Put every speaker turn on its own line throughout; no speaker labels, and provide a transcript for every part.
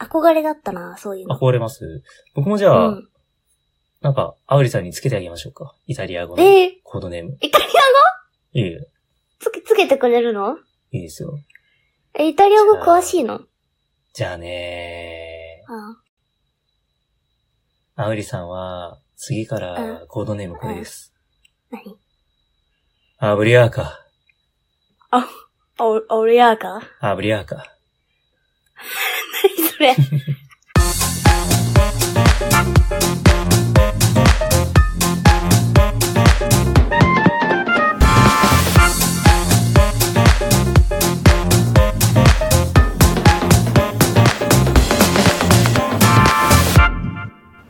憧れだったな、そういうの。
憧れます。僕もじゃあ、
うん、
なんか、アウリさんにつけてあげましょうか。イタリア語
え
の
ー、
コードネーム。
イタリア
いいよ
つけ、つけてくれるの
いいですよ。
え、イタリア語詳しいの
じゃあね
あ
ー、アウリさんは、次からコードネームこれです。
何
アブリアーカ。
あ、お、オレアーカ
アブリアーカ。
何 それ。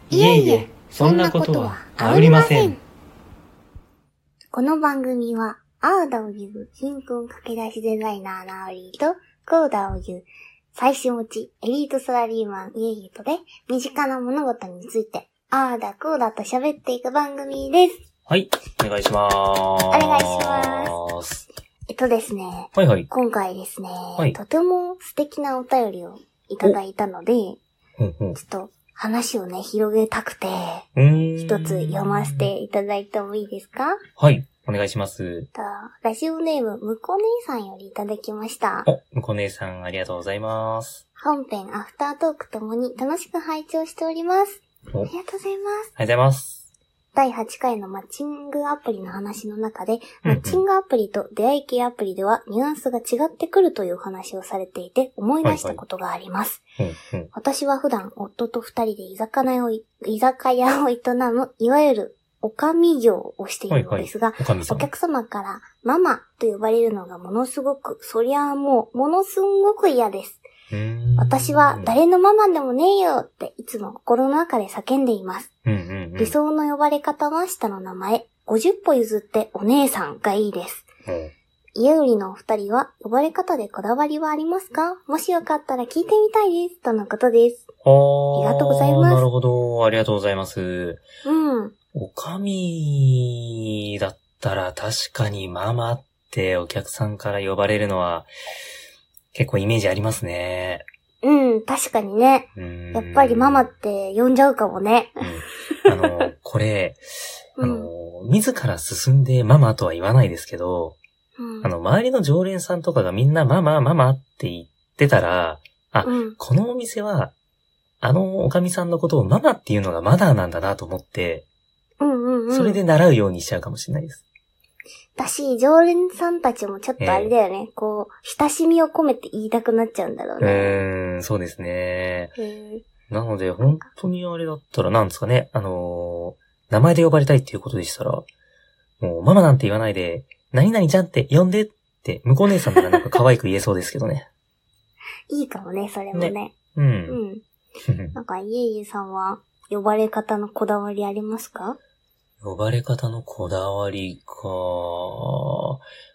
いえいえ、そんなことはありません。。
この番組は、アーダを言う貧困駆け出しデザイナーのアオリーと、コーダを言う最終持ちエリートサラリーマンイエイエとで、身近な物事について、アーダ、コーダと喋っていく番組です。
はい、お願いしまーす。お
願いし
す。
えっとですね、
はいはい。
今回ですね、
い
とても素敵なお便りをいただいたので、ち
うんうん
ょっと話をね、広げたくて、
うーん
一つ読ませ。ていただいてもいいですか
はい、お願いします。
とラジオネーム、むこ姉さんよりいただきました。
お、向こう姉さんありがとうございます。
本編、アフタートークともに楽しく拝聴しております。あ
お
りがとうございます。
ありがとうございます。
第8回のマッチングアプリの話の中で、
うんう
マ
ん
ッチングアプリと出会い系アプリではニュアンスが違ってくるという話をされていて思い出したことがあります。
うんうん。
私は普段夫と二人で居酒屋をい、居酒屋を営む、いわゆる、おかみ業をしているのですが、
おかみさ
お
ん。
客様からママと呼ばれるのがものすごく、そりゃあもう、ものすんごく嫌です。
うーん
私は誰のママでもねえよっていつも心の中で叫んでいます。
うんうんうん。
理想の呼ばれ方は下の名前、50歩譲ってお姉さんがいいです。
うん
家売りのお二人は呼ばれ方でこだわりはありますかもしよかったら聞いてみたいです。とのことです。
あ
ありがとうございます
なるほど。ありがとうございます。
うん。
おかみだったら確かにママってお客さんから呼ばれるのは結構イメージありますね。
うん、確かにね。や
や
っぱりママって呼んじゃうかもね。
うんあの、これ、
う
あ
ん
の、自ら進んでママとは言わないですけど、
うん
あ。の、周りの常連さんとかがみんなママ、ママって言ってたら、
うん。
このお店は、あのおかみさんのことをママっていうのがマナーなんだなと思って、
うんうんうん。
それで習うようにしちゃうかもしれないです。
だし、常連さんたちもちょっとあれだよね。こう、親しみを込めて言いたくなっちゃうんだろう
う
ね。
ーん、そうですね。
へ
なので、本当にあれだったら、なんですかね、あのー名前で呼ばれたいっていうことでしたら、もう、ママなんて言わないで、何々ちゃんって呼んでって、向こう姉さんならなんか可愛く言えそうですけ どね。
ーいいかもね、それもね。
う。
うんん。なんか、いえいえさんは、呼ばれ方のこだわりありますか
呼ばれ方のこだわりか、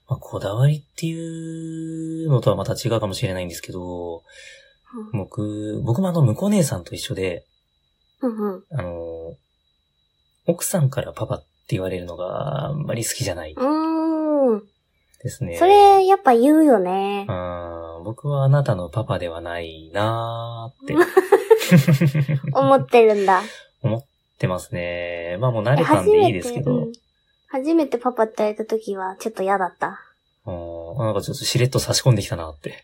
まあ、こだわりっていうのとはまた違うかもしれないんですけど、僕、僕もあの、向こう姉さんと一緒で、
うんうん。
あの、奥さんからパパって言われるのがあんまり好きじゃないう
ーん。
ですね。
それ、やっぱ言うよね。
あー僕はあなたのパパではないな ーって
思ってるんだ。
思ってますね。まあもう慣
え
れたん
初
でいい
め
です
て、
け
う
ど
ん、初めてパパって言われた時は、ちょっと嫌だった。
うんなんかちょっとしれっと差し込んできたなって。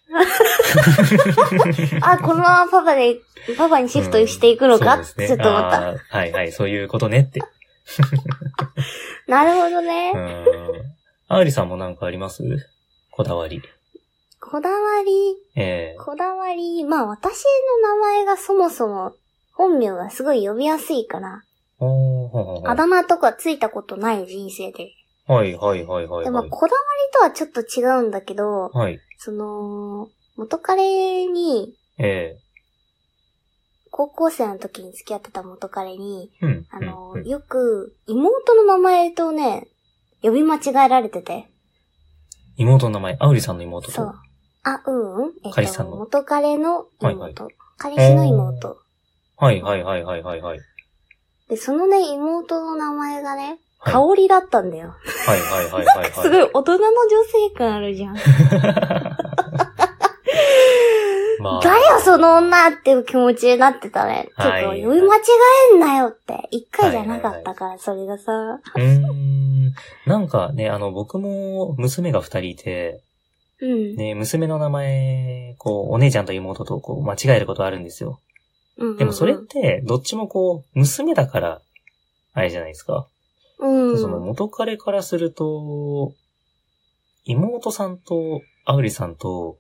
あ、このままパパで、パパにシフトしていくのか、
うんそ
ち
うで
ょ
す
っ
ね
と思った。
あーはいはい、そういうこと ねって。
なるほどね。
うん。アーリさんもなんかありますこだわり。
こだわり
ええ
こだわり、まあ私の名前がそもそも本名がすごい呼びやすいから、
おーほうほうほう
あだ名とかついたことない人生で。
はいはいはいはい
でも
はい。
こだわりとはちょっと違うんだけど、
はい。
その、元彼に、
え
高校生の時に付き合ってた元彼に、
えうん。
あの
うん、うん
よく妹の名前とね、呼び間違えられてて。
妹の名前、アウリさんの妹と。
そう。あ、うんうん。えっ
彼氏さ
と、
んの
元彼の妹。
はいはい
彼氏の妹。
はいはいはいはいはいはい。
で、そのね、妹の名前がね、
はい
香りだったんだよ。
はいはいはいはい、はい。
すごい大人の女性感あるじゃん。
まあ。
誰よその女っていう気持ちになってたね。結
はい
構読み間違えんなよって。一回じゃなかったから、それがさ。
うーん。なんかね、あの、僕も娘が二人いて、
うん。
ね、娘の名前、こう、お姉ちゃんと妹とこう、間違えることあるんですよ。
うんうんうん
でもそれって、どっちもこう、娘だから、あれじゃないですか。
うん。
その元彼からすると、妹さんと、あうりさんと、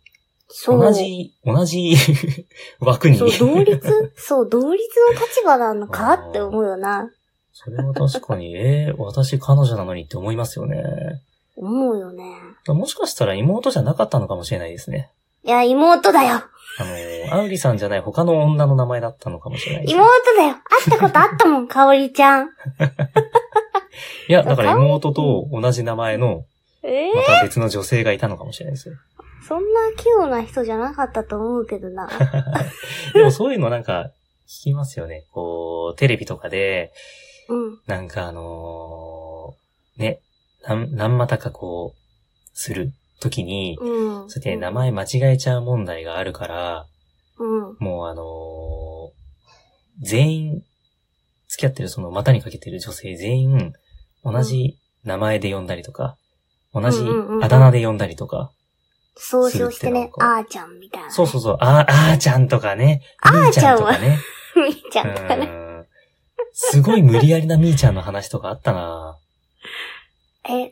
そう
同じ、同じ 枠に。
そう、同 率そう、同率の立場なのかって思うよな。
それは確かに、 えー私彼女なのにって思いますよね。
思うよね。
もしかしたら妹じゃなかったのかもしれないですね。
いや、妹だよ
あの、アウリさんじゃない他の女の名前だったのかもしれないですね。
妹だよ会ったことあった もん、かおりちゃん。
いや、だから妹と同じ名前の、
ええ
また別の女性がいたのかもしれない ですよ。
そんな器用な人じゃなかったと思うけど な。
でもそういうのなんか、聞きますよね。こう、テレビとかで、
うん。
なんかあのーね、なん、なんまたかこう、するときに、
うん。
そうやって名前間違えちゃう問題があるから、
うん。
もうあのー全員、付き合ってるその股にかけてる女性全員、同じ名前で呼んだりとか、同じ
うんうんうんうん
あだ名で呼んだりとか、
総称してね、
するってなんか
あーちゃんみたいな。
そうそうそう、あー、あーちゃんとかね、みーちゃんとかね、
う。みーちゃんとかね。
うんすごい無理やりなみーちゃんの話とかあったな
え、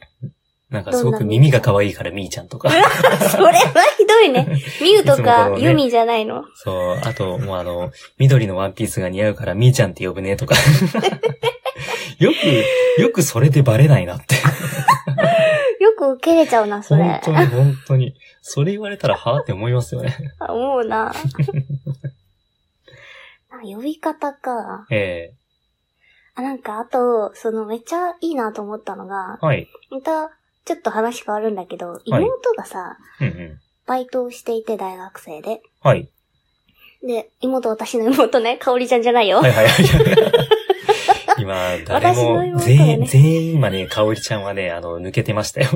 なんかすごく耳が可愛いからみーちゃん とか。
それはひどい ね。ミュウと
いつもこ
か
のね
ユミじゃないの。
そう、あと、もうあの、緑のワンピースが似合うからみーちゃんって呼ぶね とか。よく、よくそれでバレないなって。
よく受け入れちゃうな、そ
本
れ
当。に本当に。それ言われたらはぁって思いますよね。
あ思うな。あ呼び方か。
え
あ、なんか、あと、その、めっちゃいいなと思ったのが
え、はい。
また、ちょっと話変わるんだけど、
い
妹がさ、
うんうん。
バイトをしていて、大学生で。
はい。
で、妹、私の妹ね、かおりちゃんじゃないよ。
はいはいはい。今、誰
私の
も、
妹
全
だ
員、
ね
全員今ね、かおりちゃんはね、あの、抜けてま したよ。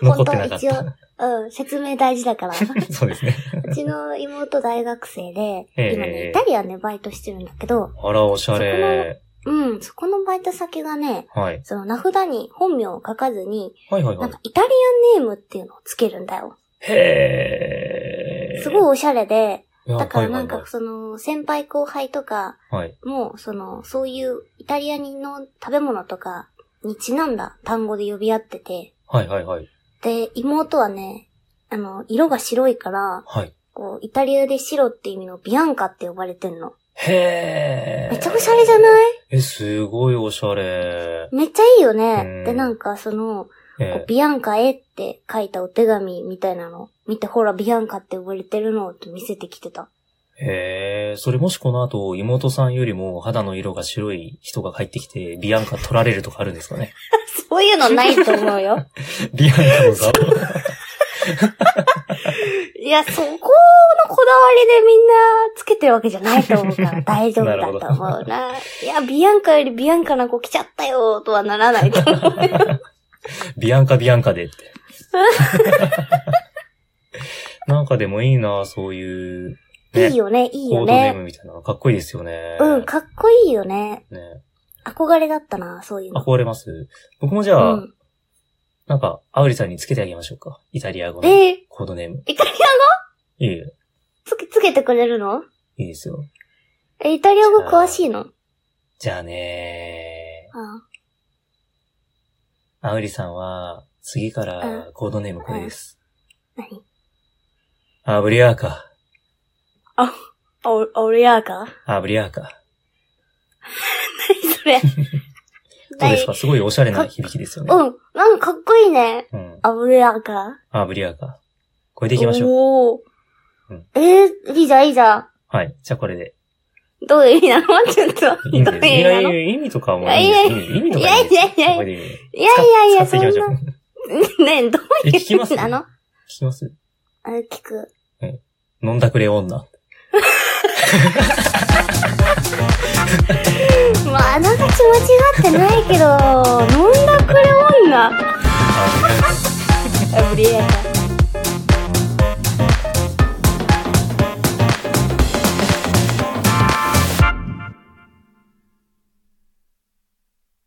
残ってなかっ
本
た。
うん、説明大事だ から。う
そうですね。
ちの妹大学生で、
ええ
今ね、イタリアンでバイトしてるんだけど、
あら、おしゃれ。
うん、そこのバイト先がね、
はい。
その名札に本名を書かずに、
はいはいは
ないん。かイタリアンネームっていうのをつけるんだよ。
へー。
すごいおしゃれで、
いや。
だから
は
ないん
はい
かその先輩後輩とか
はい。はい。
も、そのそういうイタリア人の食べ物とかにちなんだ単語で呼び合ってて、
はいはいはい。
で、妹はね、あの、色が白いから、
はい。
こう、イタリアで白って意味のビアンカって呼ばれてんの。
へー。
めっちゃおしゃれじゃない
え、すごいおしゃれ。
めっちゃいいよ
う
ね
ん。
で、なんか、その、こう
え
ビアンカへって書いたお手紙みたいなの。見て、ほら、ビアンカって呼ばれてるのって見せてきてた。
ー、へーそれもしこの後、妹さんよりも肌の色が白い人が入ってきて、ビアンカ取られるとかあるんですかね。
そういうのないと思うよ。
ビアンカの顔。
いや、そこのこだわりでみんなつけてるわけじゃないと思う から大丈夫だと思うな。いや、ビアンカよりビアンカな子来ちゃったよとはならないと思う。
ビアンカビアンカで って。なんかでもいいな、そういう、ね、
いいよね、いい
コー
よ
ドネー
ね。
ムみたいなのかっこいいですよね。
うん、かっこいいよね。
ね。
憧れだったな、そういうの。
憧れます。僕もじゃあ、
うん。
なんか、アウリさんにつけてあげましょうか。イタリア語の
えー、
コードネーム。
イタリア
いいよ、
つけ、つけてくれるの
いいですよ。
え、イタリア語詳しいの
じゃあね
あ
ー、アウリさんは、次からコードネームこれです。
何
アブリアーカ。
お、オリアーカ
アブリアーカ。
それ。
どうですかすごいおしゃれな響きですよね。
うん。なんかかっこいいね。
うん。
あ、オリアーカ
アブリアーカ。これでいきましょう。
ょ
う
おー
ん。
えー、いいじゃん、いいじゃん。
はい。じゃあこれで。
どういう意味なのちょっと。
いいん
どう
で
いう
す。
意
い
味な
やい
のい
や、意味とかもいいんです。意味意味とかいいん
い
です。
やいやいや
これでいいね
やいやいや、
使
そ
っ
んな
ていきましょう。。聞
ねどういう
聞き
意
ます
味なの
きます
あ聞く。
飲んだくれ女。
まあ、あながち間違ってないけど、飲んだくれ女。
アブリア
オリアー
ーカ。
カ。